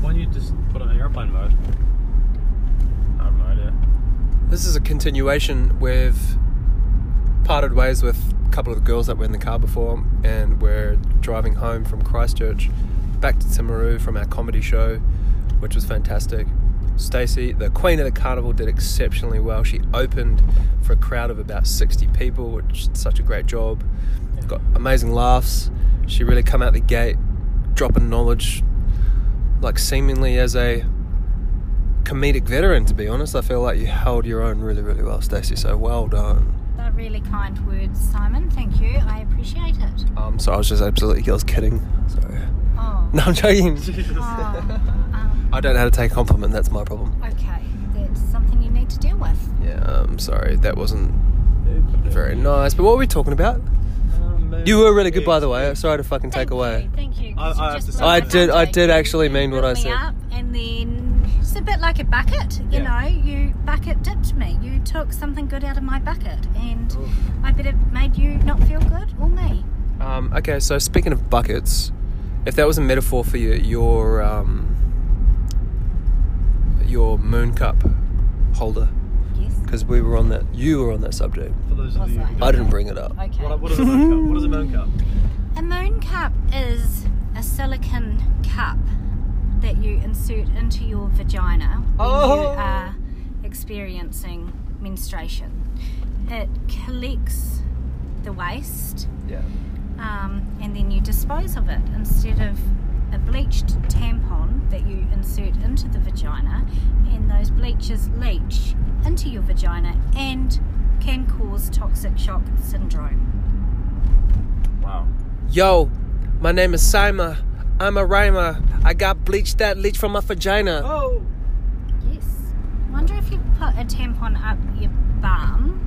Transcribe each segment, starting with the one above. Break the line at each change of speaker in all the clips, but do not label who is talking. Why don't you just put it in airplane mode? I have no idea.
This is a continuation. We've parted ways with a couple of the girls that were in the car before, and we're driving home from Christchurch back to Timaru from our comedy show, which was fantastic. Stacey, the queen of the carnival, did exceptionally well. She opened for a crowd of about 60 people, which is such a great job. Got amazing laughs. She really come out the gate, dropping knowledge, like seemingly as a comedic veteran. To be honest, I feel like you held your own really, really well, Stacey. So well done.
They're really kind words, Simon. Thank you. I appreciate it.
Um, so I was just absolutely, I was kidding. Sorry.
Oh.
No, I'm joking.
Oh,
Ah.
um,
I don't know how to take a compliment. That's my problem.
okay. That's something you need to deal with.
Yeah, I'm sorry. That wasn't very nice. But what were we talking about? You were really good, by the way. Sorry to fucking
Thank
take away.
You, thank you.
I-
'cause you
I have
just
to say-
blew my
I did. I
subject.
did
You
actually mean what I
built me
said.
Up and then it's a bit like a bucket. You
Yeah.
know, you bucket dipped me. You took something good out of my bucket, and I bet it made you not feel good or me.
Um, okay, so speaking of buckets, if that was a metaphor for your your um, your moon cup holder,
Yes.
because we were on that. You were on that subject.
For those of
Was
you.
I?
who
I didn't bring it up.
Okay.
What, what is a moon cup? What is a moon cup?
A moon cup is a silicon cup that you insert into your vagina when you
Oh.
are experiencing menstruation. It collects the waste
Yeah.
um, and then you dispose of it instead of a bleached tampon that you insert into the vagina, and those bleaches leach into your vagina and can cause toxic shock syndrome.
Wow.
Yo, my name is Sima. I'm a rhymer. I got bleached that leech from my vagina.
Oh.
Yes. Wonder if you put a tampon up your bum,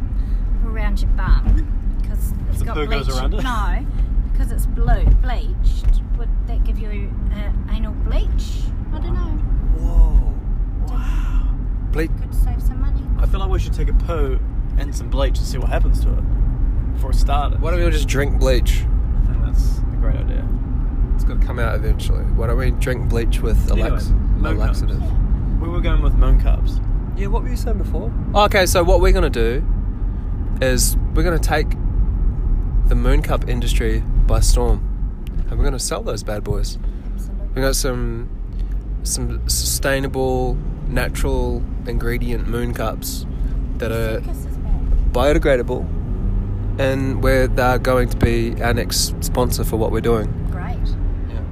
around your bum, because it's
The
got
poo
bleach.
goes around it?
No, because it's blue, bleached. Would that give you uh, anal bleach? I don't know.
Whoa.
Bleach.
Could save some money.
I feel like we should take a poo and some bleach and see what happens to it before it started.
Why don't we all just drink bleach?
I think that's a great idea.
It's gonna come out eventually. Why don't we drink bleach with a, lax-
Anyway,
a
moon cups.
laxative?
We were going with moon cups.
Yeah, what were you saying before? Okay, so what we're gonna do is we're gonna take the moon cup industry by storm, and we're gonna sell those bad boys.
Absolutely.
We got some some sustainable, natural ingredient moon cups that are
Focus is bad.
biodegradable, and we're they're going to be our next sponsor for what we're doing.
Great.
Yeah.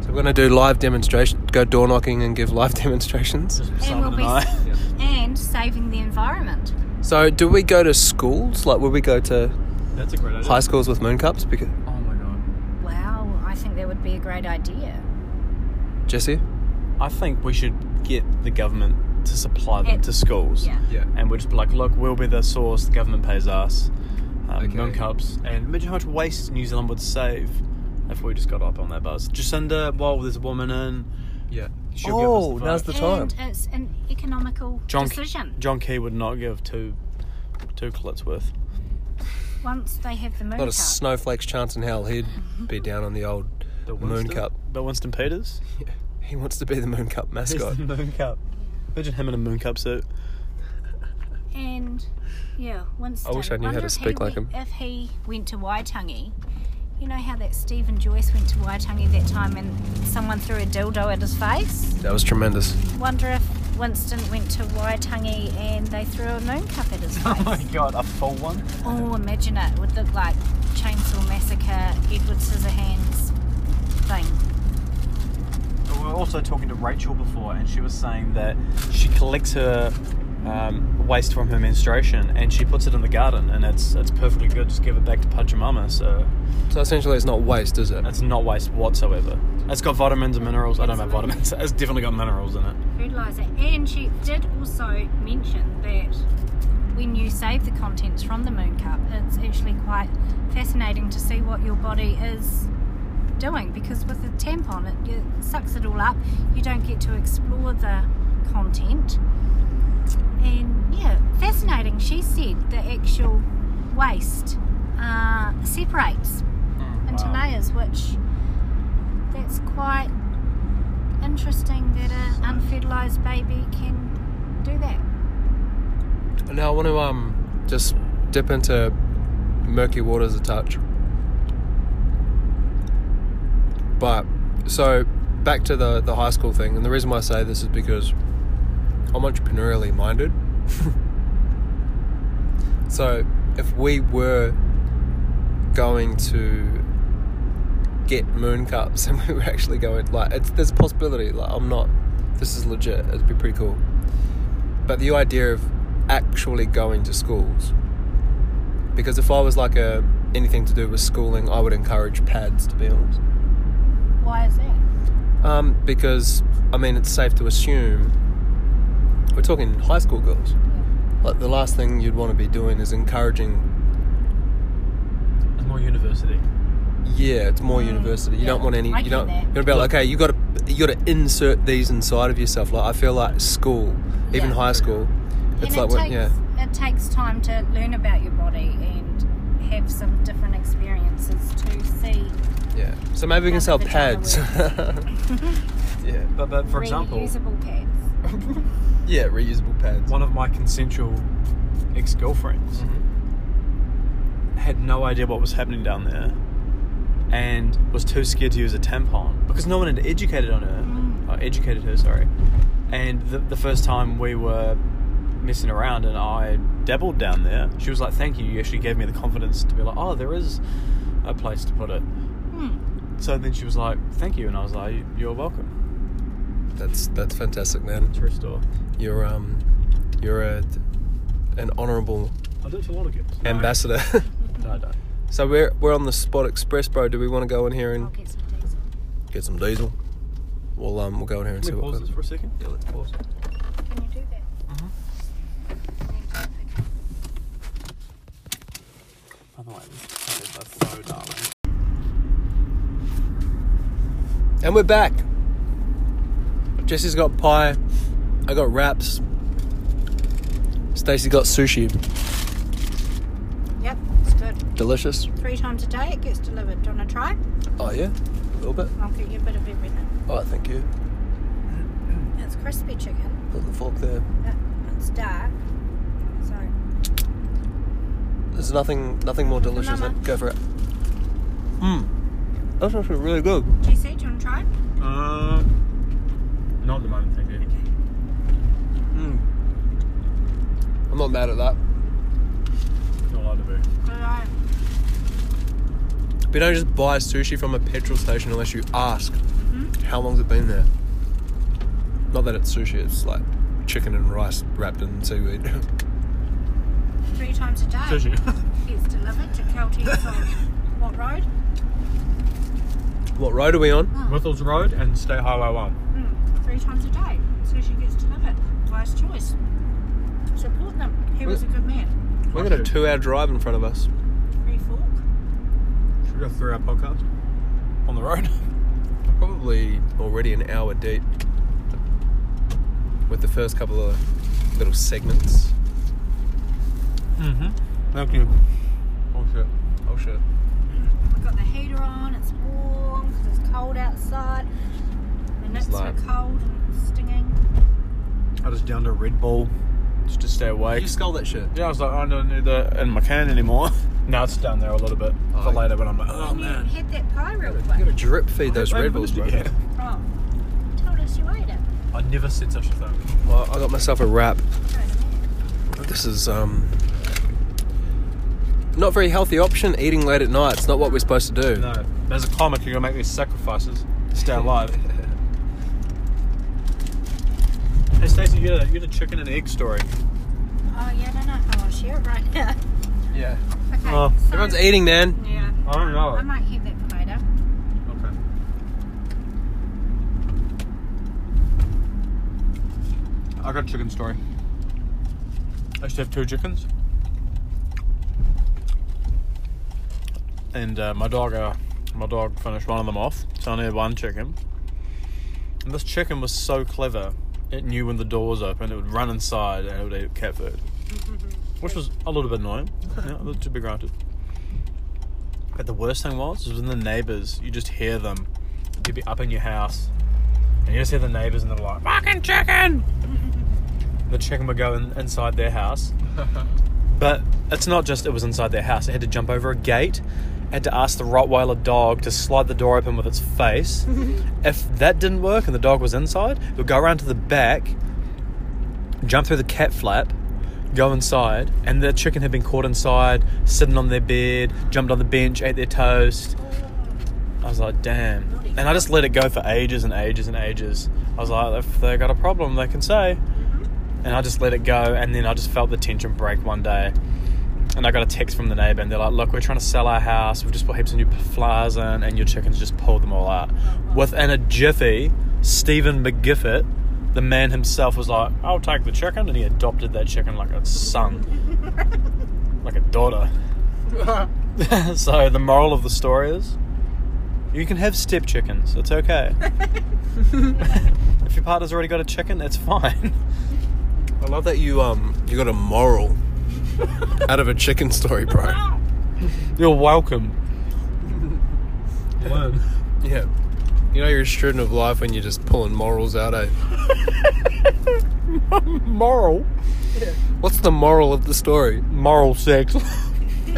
So we're gonna do live demonstration, go door knocking, and give live demonstrations.
Just
And
Simon
we'll
and
be
I.
and saving the environment.
So, do we go to schools? Like, would we go to
That's a great idea.
high schools with moon cups? Because
Oh my god.
Wow, I think that would be a great idea.
Jesse,
I think we should get the government to supply them
It-
to schools.
Yeah.
yeah,
And we'll just be like, look, we'll be the source, the government pays us. Um,
Okay.
Moon cups. And imagine how much waste New Zealand would save if we just got up on that buzz. Jacinda, while there's a woman in.
yeah.
She'll
oh,
give us the
now's
vote.
the time.
And it's an economical
John,
decision.
John Key would not give two two clits worth.
Once they have the moon
Not a
cup.
snowflake's chance in hell. He'd be down on the old
The
moon
Winston-
cup.
The Winston Peters?
He wants to be the moon cup
He's
mascot.
the moon cup. Imagine him in a moon cup suit.
and yeah, Winston.
I wish I knew how
Wonder
to
if he
speak like
went-
him.
If he went to Waitangi, you know how that Stephen Joyce went to Waitangi that time and someone threw a dildo at his face?
that was tremendous.
Wonder if Winston went to Waitangi and they threw a moon cup at his face.
Oh god, a full one?
Oh, imagine it. It would look like Chainsaw Massacre, Edward Scissorhands thing.
We were also talking to Rachel before, and she was saying that she collects her um, waste from her menstruation and she puts it in the garden, and it's it's perfectly good. Just give it back to Pachamama, so
So essentially, it's not waste, is it?
it's not waste whatsoever. It's got vitamins and minerals. I don't know about vitamins. It's definitely got minerals in it.
Fertiliser. And she did also mention that when you save the contents from the moon cup, it's actually quite fascinating to see what your body is doing because with the tampon, it, it sucks it all up. You don't get to explore the content. And yeah, fascinating. She said the actual waste uh, separates into layers, which that's quite interesting that an unfertilized baby can do that.
Now I want to um just dip into murky waters a touch. But so back to the the high school thing, and the reason why I say this is because I'm entrepreneurially minded. so if we were going to get moon cups and we were actually going like it's there's a possibility like I'm not this is legit it'd be pretty cool but the idea of actually going to schools because if I was like a anything to do with schooling I would encourage pads to be honest
Why is that?
um, because I mean it's safe to assume we're talking high school girls like the last thing you'd want to be doing is encouraging
It's more university.
yeah it's more
Mm,
university you
yeah,
don't want any
I
you
get
don't
that.
you're about like, okay you got to you got to insert these inside of yourself like I feel like school even
Yeah.
high school
and it
it's like what
takes,
yeah
it takes time to learn about your body and have some different experiences to see.
Yeah. So maybe we can
Not
sell
the vagina
pads. yeah.
But, but for example,
reusable pads.
Yeah, reusable pads.
one of my consensual ex girlfriends
Mm-hmm.
had no idea what was happening down there and was too scared to use a tampon because no one had educated on her
Mm.
or educated her sorry and the, the first time we were messing around and i dabbled down there she was like thank you you actually gave me the confidence to be like oh there is a place to put it
Hmm.
so then she was like thank you and i was like you're welcome
That's that's fantastic, man.
true story
You're um, you're a, an honourable
i do it for a lot of kids
ambassador.
no i don't
so we're we're on the spot express, bro. Do we want to go in here
I'll
and
get some diesel.
get some diesel? We'll um, we'll go in here and
can
see
we
what.
pause this for a second yeah let's pause
Can you do that?
Mm-hmm.
By the way, this is so darling.
And we're back. Jesse's got pie. I got wraps. Stacey got sushi.
Yep, it's good.
Delicious.
Three times a day it gets delivered. Do you want to try?
Oh yeah, a little bit.
I'll get you a bit of everything.
Oh, thank you.
It's crispy chicken.
Put the fork there.
but It's dark. So,
There's nothing nothing more delicious
Mama.
than go for it. Mmm. That's actually really good.
GC, do you want to try? it?
Uh, not at the moment, thank you.
Mmm. I'm not mad at that.
Not allowed to be.
Good eye.
But you don't just buy sushi from a petrol station unless you ask how long's it been there. Not that it's sushi, it's like chicken and rice wrapped in seaweed.
Three times a day.
Sushi.
Gets delivered to Kelty on what road?
what road are we on?
Hmm.
Withels Road and State Highway 1.
Mm, three times a day. So she gets delivered. Wise choice. Support them. He was a good man.
We've got a two hour drive in front of us.
Free fork.
Should we go through our podcast? On the road?
We're probably already an hour deep with the first couple of little segments.
Mm-hmm. Thank you. Oh shit.
Oh shit.
We've got the heater on. It's warm because it's cold outside. The nips are
like-
cold and stinging.
I just downed a Red Bull just to stay awake.
You skull that shit.
yeah, I was like, "Oh, I don't need that in my can anymore. now it's down there a little bit
Oh,
for later, but I'm like,
And
oh man.
you had that pie real
You gotta
quick.
drip feed those Red Bulls, bro.
Yeah.
Oh, you told us you ate it.
I never said such a thing.
Well, I got myself a wrap.
Right there.
This is um not very healthy option. Eating late at night. It's not what we're supposed to do.
No, as a comic, you're gonna make these sacrifices to stay alive. hey, Stacey, you had, a, you had a chicken and egg story.
Oh, yeah, I don't know if I want to share it right now.
Yeah.
Okay.
Oh,
so-
Everyone's eating, man.
Yeah.
I don't know.
I might have that for later.
okay. I got a chicken story. I used to have two chickens. And uh, my dog, uh, my dog finished one of them off, so I only had one chicken. And this chicken was so clever; it knew when the door was open, it would run inside and it would eat cat food, which was a little bit annoying, yeah, but to be granted. But the worst thing was, was when the neighbours, you just hear them. You'd be up in your house, And you just hear the neighbors and they're like, fucking chicken! the chicken would go in, inside their house. But it's not just it was inside their house. It had to jump over a gate. It had to ask the Rottweiler dog to slide the door open with its face. if that didn't work and the dog was inside, it would go around to the back, jump through the cat flap, go inside, and the chicken had been caught inside, sitting on their bed, jumped on the bench, ate their toast. I was like, damn. And I just let it go for ages and ages and ages. I was like, if they got a problem, they can say. And I just let it go, and then I just felt the tension break one day. And I got a text from the neighbor, and they're like, look, we're trying to sell our house. We've just put heaps of new flowers in, and your chickens just pulled them all out. Within a jiffy, Stephen McGiffett, the man himself, was like, I'll take the chicken. And he adopted that chicken like a son, like a daughter. so the moral of the story is you can have step chickens. It's okay. if your partner's already got a chicken, it's fine.
I love that you um you got a moral out of a chicken story, bro.
You're welcome.
Yeah. You know you're a student of life when you're just pulling morals out, eh?
Moral.
What's the moral of the story?
Moral sex.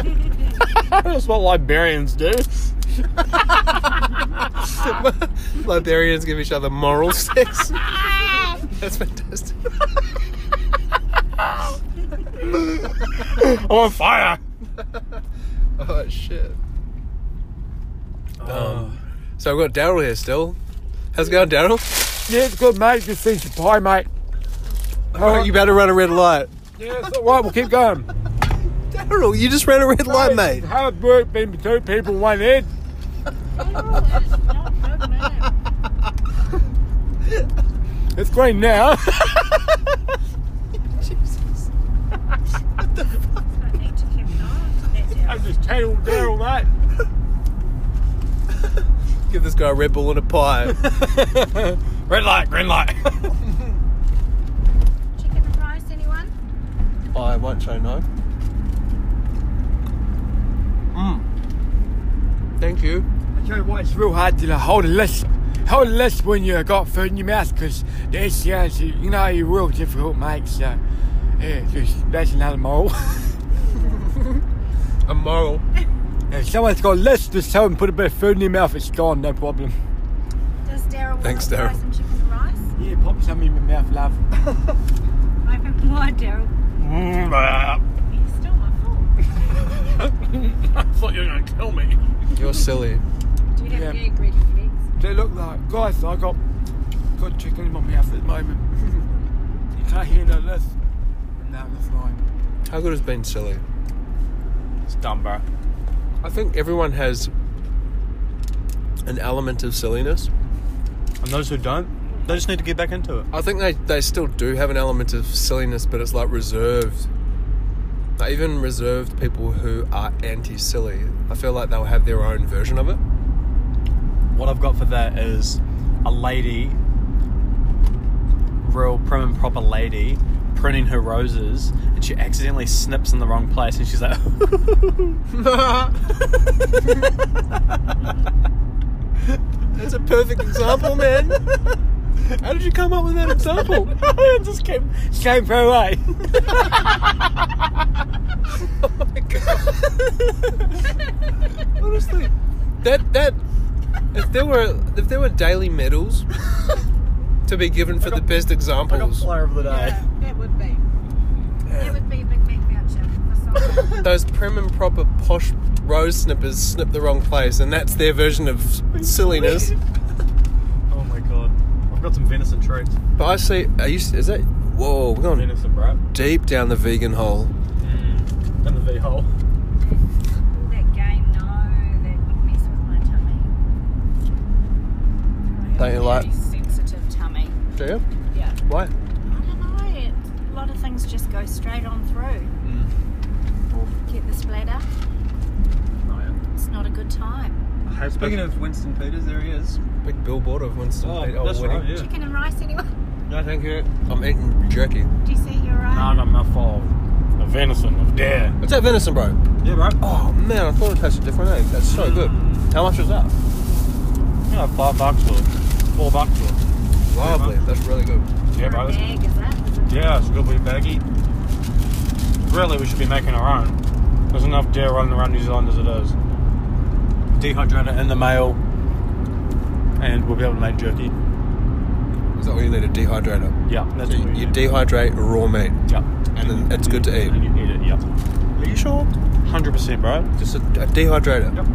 That's what librarians do.
Liberians give each other moral sex. That's fantastic.
I'm on fire.
Oh shit. Um, so I've got Daryl here still. How's it going, Daryl?
Yeah, it's good, mate. Good seeing you pie, mate.
Oh, you better run a red light.
Yeah, it's all right. We'll keep going.
Daryl, you just ran a red light, mate.
It's hard work being two people, one head. It's green now. I just channeled Daryl, mate.
Give this guy a Red Bull and a pie.
Red light, green light.
Chicken and rice, anyone?
I won't show no. Mm. Thank you.
I tell you what, it's real hard to hold a list. Hold a list when you got food in your mouth, because that's, yeah, so, you know, you're real difficult, mate. So, yeah, just, that's another moral.
A moral.
if someone's got a list, just tell them put a bit of food in their mouth, it's gone, no problem.
Does Daryl
Thanks,
want to try
Daryl.
some chicken and rice?
Yeah, pop some in my mouth, love.
Open wide, Daryl.
I
He's still my fault.
thought you were gonna kill me.
You're silly.
Do you have
Yeah.
egg ready for eggs?
They look like, guys, I got got chicken in my mouth at the moment. you can't hear no list. No, that's fine.
How good has been silly?
It's dumb, bro.
I think everyone has an element of silliness.
And those who don't, they just need to get back into it.
I think they, they still do have an element of silliness, but it's like reserved. Like even reserved people who are anti silly, I feel like they'll have their own version of it.
What I've got for that is a lady, real prim and proper lady, printing her roses, and she accidentally snips in the wrong place, and she's like,
That's a perfect example, man. How did you come up with that example?
it just came, came her way.
Honestly, that that if there were if there were daily medals to be given for the best
I got
examples,
flyer of the day.
That would be.
It would be a Big Mac voucher. That's all.
those prim and proper posh rose snippers snip the wrong place, and that's their version of silliness.
Oh my god. I've got some venison treats.
But I see, are you? Is that? Whoa, we're going
Venison, bro.
deep down the vegan hole.
In the V hole.
All that game, no, that would mess with my tummy.
Don't you like-
Very sensitive tummy?
Do you?
Yeah. I
Why?
don't know. It, a lot of things just go straight on through.
Hmm.
Or get the splatter. It's not a good time.
Speaking of Winston Peters, there he is.
Big billboard of Winston.
Oh,
Peters-
that's
Winnie.
right, yeah.
Chicken and rice, anyone?
No, thank you. I'm eating jerky.
Do you see your eye?
No, not my fault. The venison of dare.
What's that venison, bro?
Yeah, bro.
Oh man, I thought it tasted different. Eh? That's so good. How much was that?
Yeah, five bucks for it. Four bucks for it.
Lovely. That's really good.
How
Yeah, bro. this-
big is that? Is it-
Yeah, it's a good wee baggie. Really, we should be making our own. There's enough deer running around New Zealand as it is.
Dehydrate it in the mail, and we'll be able to make jerky.
Is that all you need? A dehydrator.
Yeah, that's
So
what
you,
we
you
do.
dehydrate raw meat.
yeah,
and then it's good to eat.
And you eat it. Yeah,
Are you sure?
hundred percent, bro.
Just a, a dehydrator.
Yep.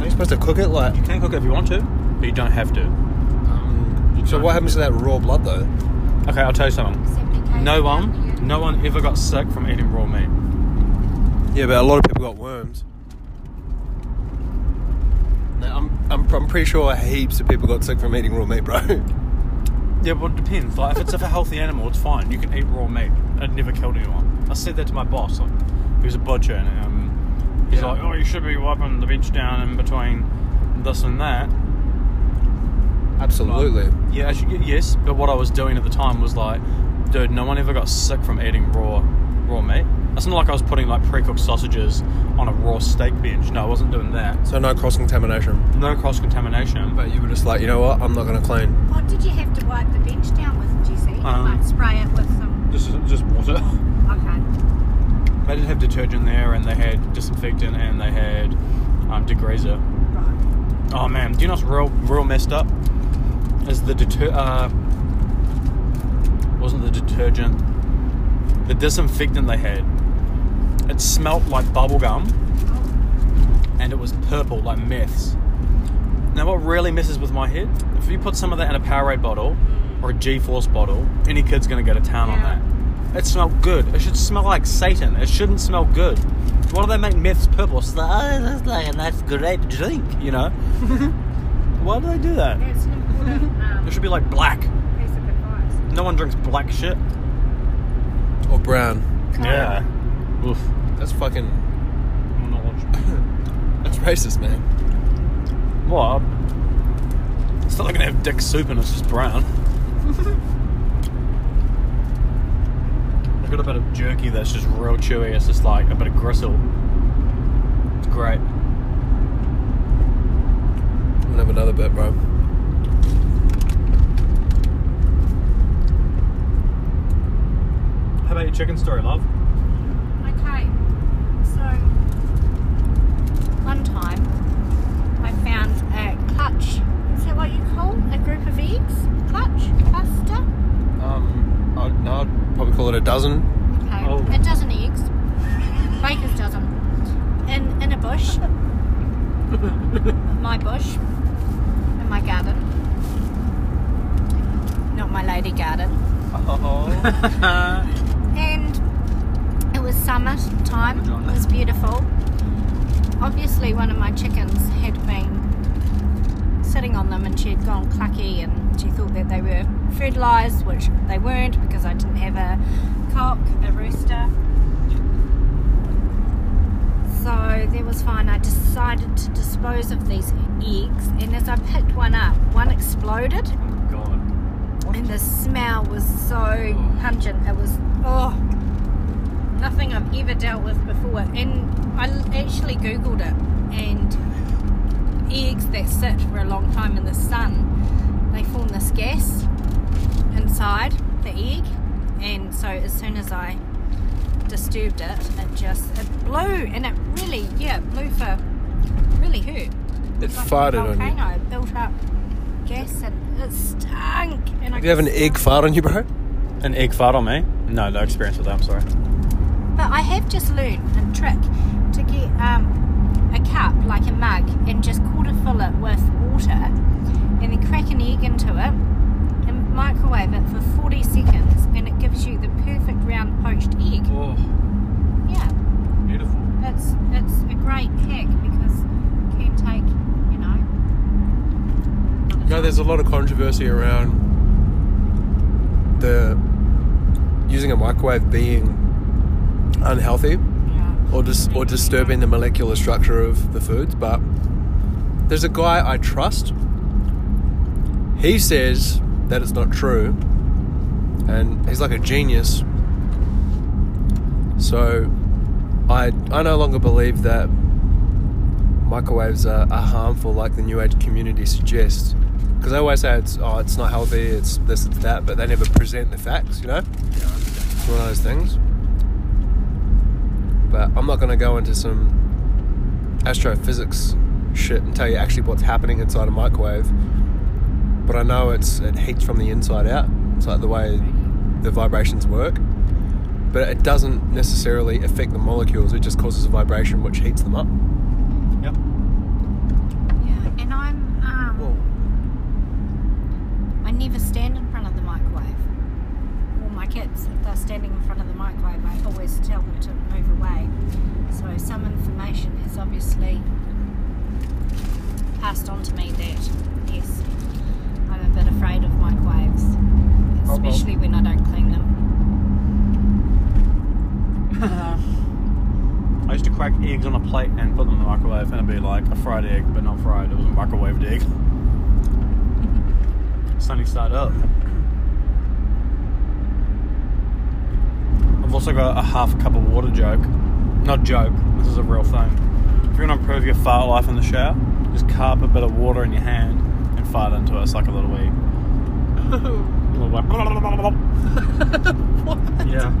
You're supposed to cook it like.
You can cook it if you want to, but you don't have to.
Um, so what happens to that raw blood though?
Okay, I'll tell you something.
70K
No
down here.
one, no one ever got sick from eating raw meat.
Yeah, but a lot of people got worms. No, I'm, I'm, I'm pretty sure heaps of people got sick from eating raw meat, bro.
Yeah, well, it depends. Like, if it's if a healthy animal, it's fine. You can eat raw meat. It never killed anyone. I said that to my boss, like, who's a butcher, and um, he's
Yeah.
like, "Oh, you should be wiping the bench down in between this and that."
Absolutely.
Yeah, actually, y- yes. But what I was doing at the time was like, dude, no one ever got sick from eating raw raw meat. It's not like I was putting like pre-cooked sausages on a raw steak bench. No, I wasn't doing that.
So no cross contamination.
No cross contamination.
But you were just like, you know what? I'm not gonna clean.
What did you have to wipe the bench down with, Jesse?
Um,
like spray it with some.
This is just water.
Okay.
They did have detergent there, and they had disinfectant, and they had um, degreaser.
Right.
Oh man, do you know what's real, real messed up? Is the deter? Uh, wasn't the detergent? The disinfectant they had. It smelt like bubblegum,
Oh,
and it was purple like meths. Now, what really messes with my head? If you put some of that in a Powerade bottle or a G-force bottle, any kid's gonna go to town
Yeah.
on that. It smelled good. It should smell like Satan. It shouldn't smell good. Why do they make meths purple? It's like, oh, that's like a nice great drink, you know? Why do they do that?
that's an important um,
It should be like black.
piece of advice.
No one drinks black shit.
Or brown.
Yeah. Oof.
That's fucking. That's racist, man.
What? It's not like gonna have dick soup and it's just brown. I've got a bit of jerky that's just real chewy. It's just like a bit of gristle. It's great.
I'm gonna have another bit, bro.
How about your chicken story, love?
Okay, so one time I found a clutch. Is that what you call a group of eggs? Clutch? Cluster?
Um, I'd, no, I'd probably call it a dozen.
Okay,
Oh.
a dozen eggs. Baker's dozen. In, in a bush. my bush. In my garden. Not my lady garden.
Oh.
and it was summer time. It was beautiful. Obviously, one of my chickens had been sitting on them, and she had gone clucky, and she thought that they were fertilised, which they weren't because I didn't have a cock, a rooster. So that was fine. I decided to dispose of these eggs, and as I picked one up, one exploded
God.
and the smell was so pungent. It was oh, nothing I've ever dealt with before. And I l- actually googled it, and eggs that sit for a long time in the sun, they form this gas inside the egg, and so as soon as I disturbed it, it just it blew, and it really yeah it blew for really hurt.
It
Like a
farted on you.
volcano. It built up gas and it stunk. And I
Do you have an
could
egg
smell-
fart on you, bro?
An egg fart on me? No, no experience with that. I'm sorry.
But I have just learned a trick to get um, a cup, like a mug, and just quarter fill it with water, and then crack an egg into it, and microwave it for 40 seconds, and it gives you the perfect round poached egg.
Oh,
Yeah,
beautiful.
it's it's a great hack because it can take you know.
You know, there's a lot of controversy around the using a microwave being unhealthy
Yeah.
or dis- or disturbing the molecular structure of the foods, but there's a guy I trust. He says that it's not true, and he's like a genius. So, I I no longer believe that microwaves are, are harmful, like the New Age community suggests. Because they always say it's oh, it's not healthy, it's this, it's that, but they never present the facts. You know, it's one of those things. But I'm not going to go into some astrophysics shit and tell you actually what's happening inside a microwave. But I know it's it heats from the inside out. It's like the way the vibrations work. But it doesn't necessarily affect the molecules. It just causes a vibration which heats them up.
Yep.
Yeah, and I'm. Um, I never stand in front of the microwave. All my kids, if they're standing in front of the microwave, I always tell them to move away. So some information is obviously passed on to me that yes, I'm a bit afraid of microwaves, especially when I don't clean them.
I used to crack eggs on a plate and put them in the microwave, and it'd be like a fried egg, but not fried. It was a microwaved egg. Sunny side up. I've also got a half cup of water joke. Not joke. This is a real thing. If you want to improve your fart life in the shower, just carp a bit of water in your hand and fart into it. It's like a little wee. A little like. Yeah.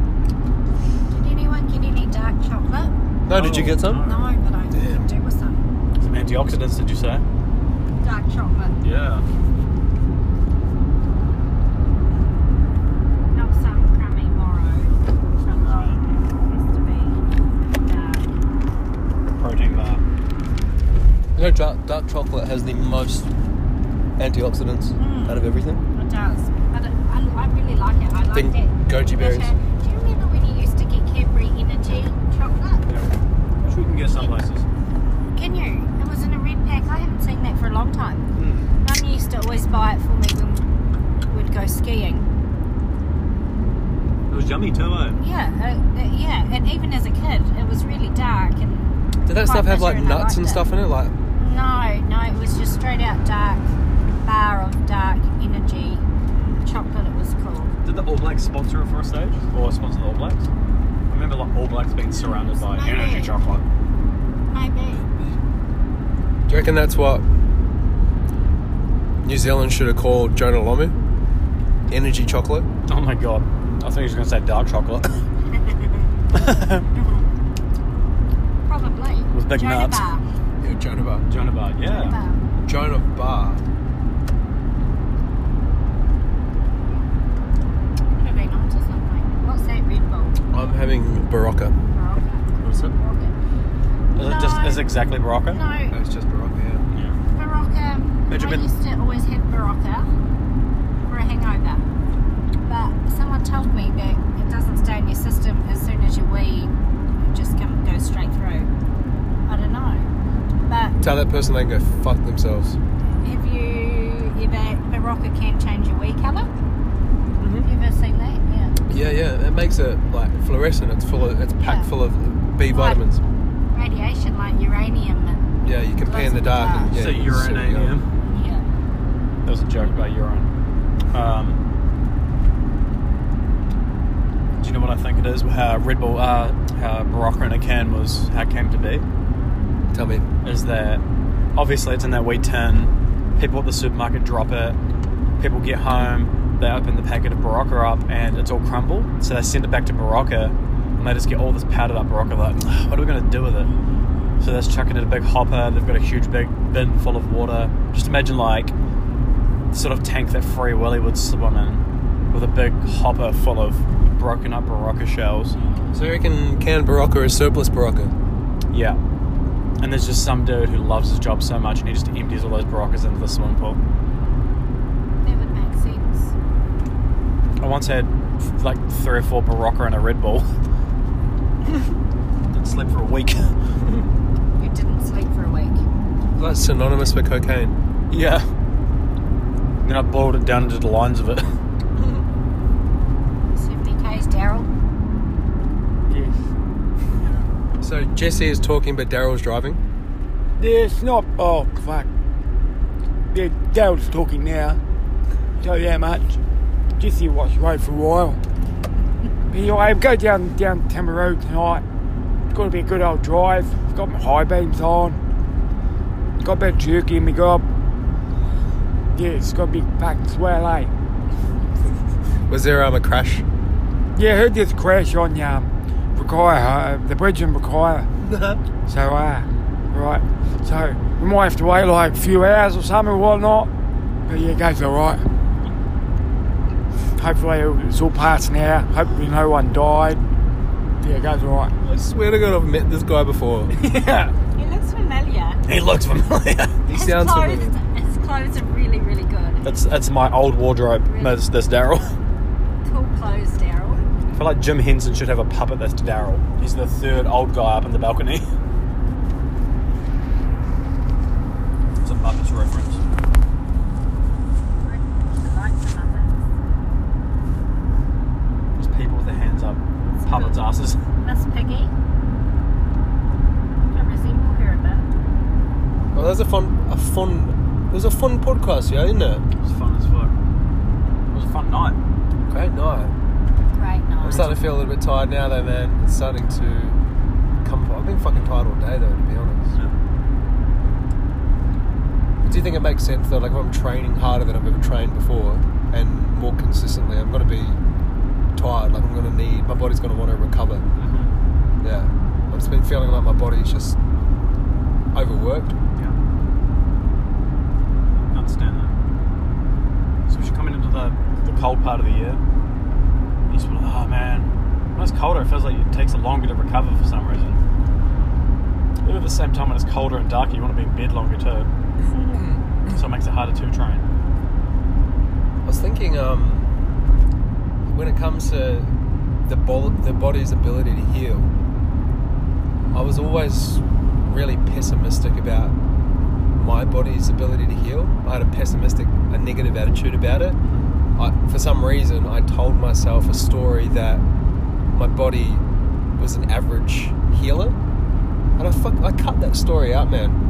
Did anyone get any dark chocolate?
No, did you get some?
No, but I
Damn.
do with some
Some antioxidants, did you say?
dark chocolate.
Yeah.
Not some crummy morrow from It has to be dark.
Protein bar.
You know, dark, dark chocolate has the most antioxidants
Mm.
out of everything.
It does. But it, I, I really like it. I like
Then
that.
goji berries.
better. Do you remember when you used to get Cadbury Energy chocolate?
Yeah. Which we can get some places.
Can you? It was in a red pack. I haven't seen that for a long time.
Hmm.
Mum used to always buy it for me when we'd go skiing.
It was yummy too, eh?
Yeah, uh, uh, yeah. And even as a kid, it was really dark. And
Did that
Quite
stuff have like
bitter and I
nuts and
liked it.
stuff in it? Like,
no, no, it was just straight out dark bar of dark energy chocolate. It was called.
Did the All Blacks sponsor it for a stage? Or sponsor the All Blacks? I remember like All Blacks being surrounded by
Maybe.
energy chocolate.
Maybe.
do you reckon that's what New Zealand should have called Jonah Lomu? Energy chocolate.
Oh my god. I think he was gonna say dark chocolate.
Probably.
With big
Jonah
nuts.
Bar.
Yeah, Jonah Bar.
Jonah Bar, uh, yeah.
Jonah Bar.
Jonah Bar.
Could have been onto something. What's that Red Bull?
I'm having Barocca.
Barocca.
What's it?
Barocca.
Is it just
No.
is it exactly Barocca?
No,
That's just Barocca,
Yeah.
Barocca.
Imagine
I
been-
used to always have Barocca for a hangover. But someone told me that it doesn't stay in your system as soon as you wee. It just come, goes straight through. I don't know. But
yeah. Tell that person they can go fuck themselves.
have you ever... Barocca can change your wee colour? Have
Mm-hmm.
you ever seen that? Yeah.
Yeah, yeah. It makes it like fluorescent. It's full of, it's packed
Yeah.
full of B
Right.
vitamins.
Radiation like uranium and...
Yeah, you can pee in the dark. And, yeah,
So
it's super
urinate
yum.
him.
Yeah.
That was a joke about urine. Um do you know what I think it is? How Red Bull, uh, how Barocca in a can was, how it came to be?
Tell me.
is that obviously it's in that wee tin. People at the supermarket drop it. People get home, they open the packet of Barocca up, and it's all crumbled. So they send it back to Barocca, and they just get all this powdered up Barocca. Like, "Ugh, what are we going to do with it? So they're just chucking it in a big hopper. They've got a huge big bin full of water. Just imagine like the sort of tank that Free Willy would swim in, with a big hopper full of broken up Barocca shells.
So you reckon canned Barocca is surplus Barocca?
Yeah. And there's just some dude who loves his job so much and he just empties all those Baroccas into the swimming pool.
That would make sense.
I once had f- like three or four Barocca and a Red Bull. Didn't sleep for a week.
You didn't sleep for a week.
That's synonymous with cocaine.
yeah. Then I boiled it down into the lines of it.
So many K's, Daryl.
Yes.
So Jesse is talking, but Daryl's driving.
There's not. Oh, fuck. Yeah, Dale's talking now. Tell you how much. Jesse was away for a while. But yeah, I'll go down down Tamaroo tonight. It's going to be a good old drive. I've got my high beams on. Got a bit of jerky in my gob. Yeah, it's got big packs. Well, eh?
Was there um, a crash?
Yeah, I heard this crash on um, Bukai, uh, the bridge in Bukai. So, uh, right. So, we might have to wait like a few hours or something or whatnot. But yeah, it goes alright. Hopefully, it's all passed now. Hopefully, no one died. Yeah, it goes alright.
I swear to God, I've met this guy before.
yeah.
He looks familiar.
He looks familiar.
He
his
sounds
clothes,
familiar.
His clothes are really, really good.
That's that's my old wardrobe. That's, that's Daryl.
Cool clothes, Daryl.
I feel like Jim Henson should have a puppet that's Daryl. He's the third old guy up in the balcony. It's a Muppets reference. It's people with their hands up. Puppets' asses.
Miss Piggy. I resemble her a bit.
Well, Oh, that was a fun, a fun, it was a fun podcast, yeah, isn't it?
It was fun as fuck. It was a fun night.
Great night.
Great
I'm
night.
starting to feel a little bit tired now, though, man. It's starting to come. I've been fucking tired all day, though, to be honest. Do you think it makes sense though? Like, if I'm training harder than I've ever trained before and more consistently, I'm gonna be tired. Like, I'm gonna need my body's gonna want to recover.
Mhm.
Yeah, I've just been feeling like my body's just overworked.
Yeah. Understand that. So we should come into the, the cold part of the year. You just feel, oh man, when it's colder, it feels like it takes longer to recover for some reason. Even at the same time, when it's colder and darker, you want to be in bed longer too. so it makes it harder to train.
I was thinking, um, when it comes to the bol- the body's ability to heal, I was always really pessimistic about my body's ability to heal. I had a pessimistic, a negative attitude about it. I, for some reason, I told myself a story that my body was an average healer, and I fuck, I cut that story out, man.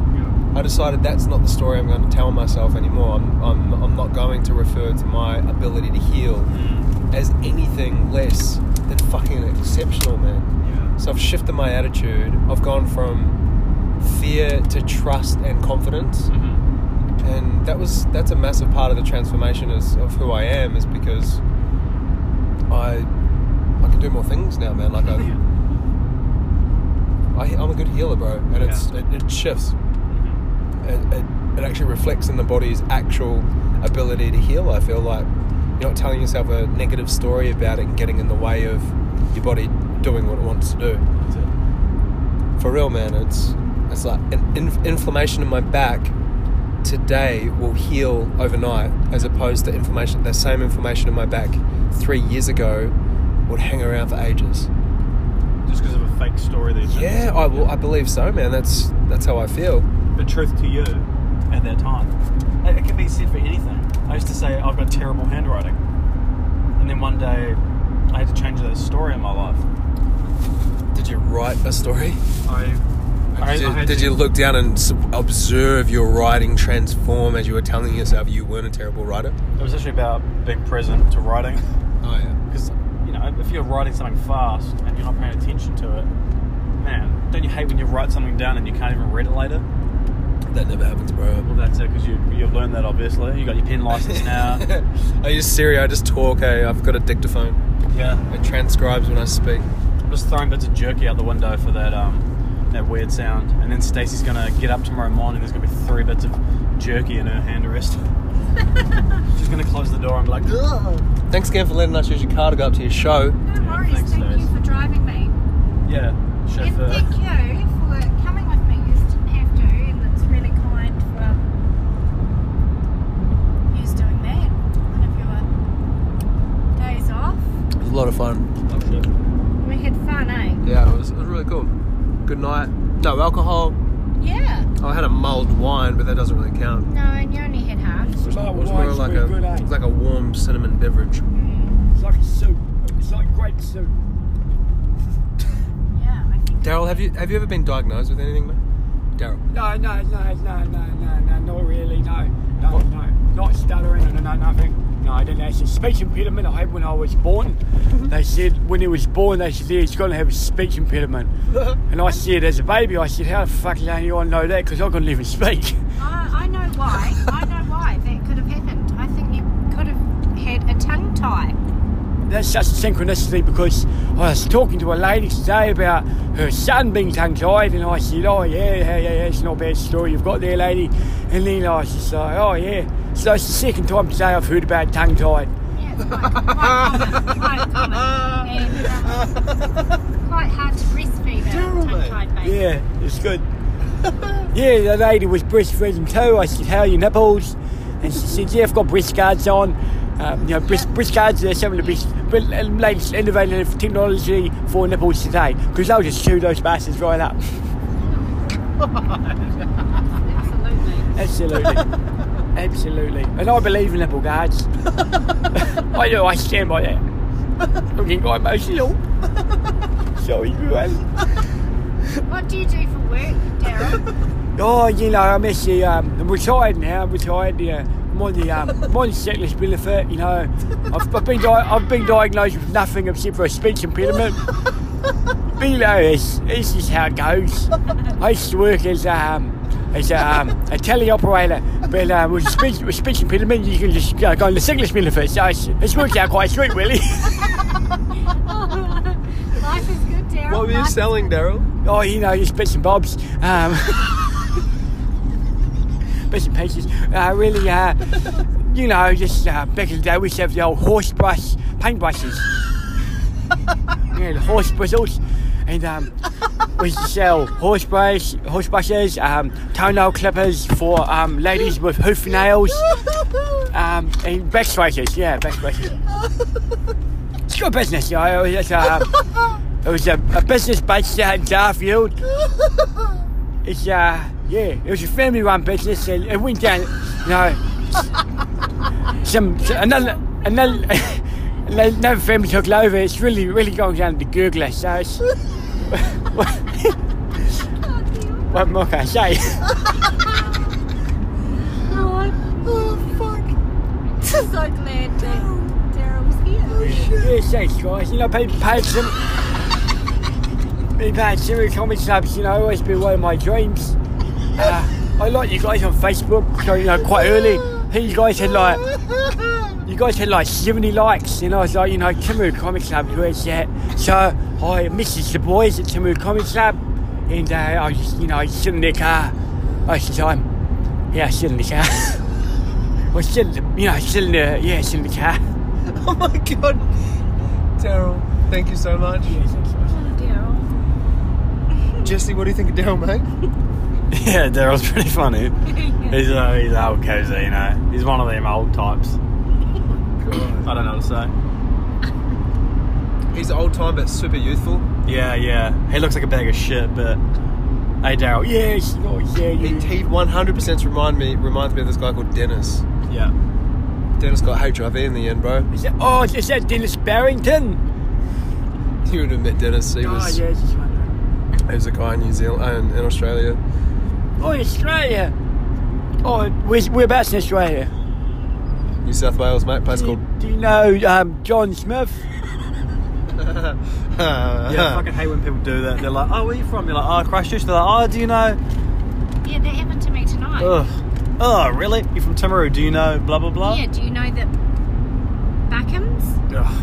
I decided that's not the story I'm going to tell myself anymore. I'm, I'm, I'm not going to refer to my ability to heal
Mm.
as anything less than fucking exceptional, man.
Yeah.
So I've shifted my attitude. I've gone from fear to trust and confidence,
Mm-hmm.
and that was that's a massive part of the transformation is, of who I am is because I I can do more things now, man. Like I, I I'm a good healer, bro, and it's
Yeah.
it, it shifts it, it, it actually reflects in the body's actual ability to heal. I feel like you're not telling yourself a negative story about it and getting in the way of your body doing what it wants to do.
That's it.
For real, man, it's it's like an inf- inflammation in my back today will heal overnight, as opposed to inflammation. The same inflammation in my back three years ago would hang around for ages.
Just because of a fake story that you
Yeah, I, will, I believe so, man. That's that's how I feel.
the truth to you at that time. It, it can be said for anything. I used to say I've got terrible handwriting, and then one day I had to change the story in my life.
Did you write a story?
I, I,
Did
I
you,
had
did
to-
you look down and s- observe your writing transform as you were telling yourself you weren't a terrible writer?
It was actually about being present to writing,
Oh yeah.
because you know if you're writing something fast and you're not paying attention to it, man, don't you hate when you write something down and you can't even read it later?
That never happens, bro.
Well, that's it because you you've learned that obviously. You got your pen license now.
I use Siri. I just talk. Hey, I've got a dictaphone.
yeah.
It transcribes when I speak.
I'm just throwing bits of jerky out the window for that um, that weird sound. And then Stacey's gonna get up tomorrow morning. There's gonna be three bits of jerky in her hand arrest. She's gonna close the door and be like, Ugh.
Thanks again for letting us use your car to go up to your show.
No
Yeah,
worries,
thanks,
thank you
guys.
for driving me.
yeah,
And
chauffeur.
thank you for coming with me. You didn't have to, and it's really kind for you doing that. One of your days off.
It was a lot of fun.
Oh, shit.
We had fun, eh?
Yeah, it was, it was really cool. Good night. No alcohol. Oh,
Yeah.
I had a mulled wine, but that doesn't really count.
No, and you only had half.
It was, it
Mulled
was more
wine's
like
pretty
a
good, eh?
it was like a warm cinnamon beverage.
Mm,
It's like a soup. It's like great soup.
yeah, I think.
Daryl, have you have you ever been diagnosed with anything, man? Daryl.
No, no, no, no, no, no, no, not really, no, no, no, not stuttering, no, no, nothing. No, I didn't actually. Speech impediment I had when I was born. They said when he was born, they said, yeah, he's going to have a speech impediment. And I said, as a baby, I said, how the fuck does anyone know that? Because I couldn't even speak.
I, I know why. I know why. That could have had
that's such synchronicity because I was talking to a lady today about her son being tongue tied, and I said, Oh, yeah, yeah, yeah, yeah, it's not a bad story you've got there, lady. And then I was just like, Oh, yeah. So it's the second time today I've heard about tongue tied.
Yeah, it's quite, quite common, quite common. And, um, quite hard to breastfeed a tongue-tied baby.
Yeah, it's good. yeah, the lady was breastfeeding too. I said, How are your nipples? And she said, Yeah, I've got breast guards on. Um, you know, breast, breast guards are some of the best, but um, latest innovative technology for nipples today. Because they'll just chew those bastards right up.
Absolutely.
Absolutely. Absolutely. And I believe in nipple guards. I do, I stand by that. I'm getting quite emotional. Sorry, everyone.
What do you do for work, Daryl?
Oh, you know, I'm actually um, I'm retired now. I'm retired. Yeah, I'm on the um, I'm on the sick list benefit. You know, I've, I've been di- I've been diagnosed with nothing except for a speech impediment. But you know, it's, it's just how it goes. I used to work as um, as a, um, a teleoperator, but um, with speech with speech impediment, you can just you know, go on the sick list benefit. So it's, it's worked out quite sweet,
Life
really.
is good, Daryl.
What were you
Life is
selling,
good.
Daryl?
Oh, you know, just bits and bobs. Um, bits and pieces. Uh, really, uh, you know, just uh, back in the day, we used to have the old horse brush paintbrushes. yeah, the horse bristles. And um, we used to sell horse, brush, horse brushes, um, toenail clippers for um, ladies with hoof nails, um, and back scratches. Yeah, back scratches. It's good business, you know. It's, um, it was a, a business based out in Darfield. It's uh yeah, it was a family run business and it went down you know some, some- another another another family took it over, it's really really going down the gurgler, so it's what more can I say?
Oh, fuck. so glad that Daryl was here.
Yeah, thanks guys. You know people pay some people paying some comedy clubs, you know, always been one of my dreams. Uh, I like you guys on Facebook, so, you know, quite early. You guys had like you guys had like 70 likes, and I was like, you know, Timu Comic Club, where's that? So I messaged the boys at Timu Comic Club, and uh, I was just, you know, I was sitting in their car most of the time. Yeah, I was sitting in the car. I was sitting, you know, sitting there, yeah, sitting in the car.
Oh my god, Daryl, thank you so much.
Daryl.
Jesse, what do you think of Daryl, mate?
Yeah, Daryl's pretty funny. He's uh, he's old cozy, you know. He's one of them old types. I don't know what to
He's old time but super youthful.
say. Yeah, yeah. He looks like a bag of shit, but hey, Daryl. Yeah,
Yeah, she- oh, yeah,
He,
you.
he 100% remind me reminds me of this guy called Dennis.
yeah.
Dennis got HIV in the end, bro.
Is that, oh, is that Dennis Barrington?
You would have met Dennis. He was
oh, yeah, she's wondering.
he was a guy in New Zealand, uh, in, in Australia.
Oh, Australia. Oh, where's, whereabouts in Australia?
New South Wales, mate. Place
Do you,
called.
do you know um, John Smith?
Yeah, I fucking hate when people do that. They're like, "Oh, where you from?" You're like, "Oh, Christchurch." They're like, "Oh, do you know?"
Yeah, that happened to me tonight.
Ugh. Oh, really? You from Timaru? Do you know? Blah blah blah.
Yeah, do you know that Buckham's?
Ugh.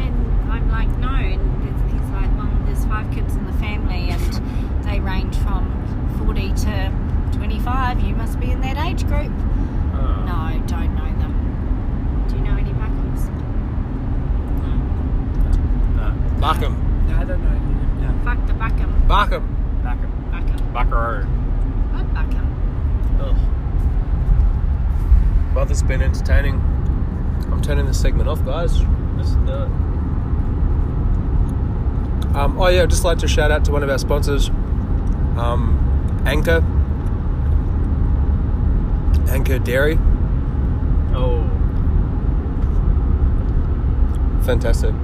And I'm like, no. And it's- he's like, well, there's five kids in the family, and they range from 40 to 25. You must be in that age group.
Uh,
No, don't know them. Do you know any Buckham's? No.
No.
Barkham.
No, I don't know. No.
Fuck the Buckham.
Barkham.
Bucker-
Buckham.
Buckaroo.
Fuck Buckham.
Well, this has been entertaining. I'm turning this segment off, guys.
Let's do it.
Um, oh yeah, I'd just like to shout out to one of our sponsors, um, Anchor. Anchor Dairy.
Oh.
fantastic,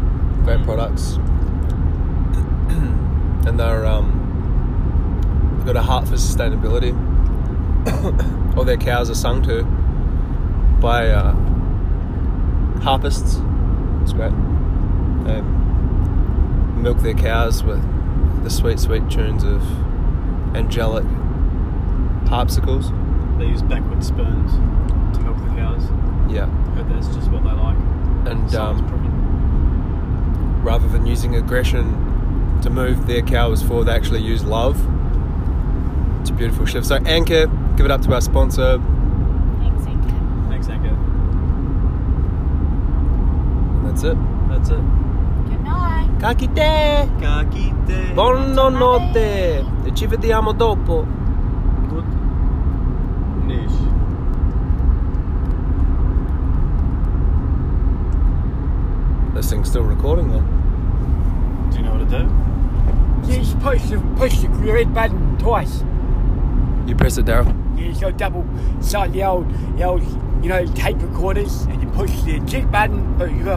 great products, and they're um, they've got a heart for sustainability. All their cows are sung to by uh, harpists. It's great. They milk their cows with the sweet, sweet tunes of angelic harpsicles.
They use backward spoons to milk the cows.
Yeah,
Heard that's just what they like.
and
Sounds
um,
pretty.
rather than using aggression to move their cows forward, they actually use love. It's a beautiful shift. So, Anchor, give it up to our sponsor.
Thanks, Anchor.
Thanks, Anchor.
And that's it.
That's it.
Good night.
Kakite!
Kakite.
Buonanotte! E ci vediamo dopo.
Good. Niche.
This thing's still recording then.
Do you know what to do?
You're supposed to push the red button twice.
You press it, Daryl.
You just go double start the old, the old, you know, tape recorders, and you push the eject button, but you got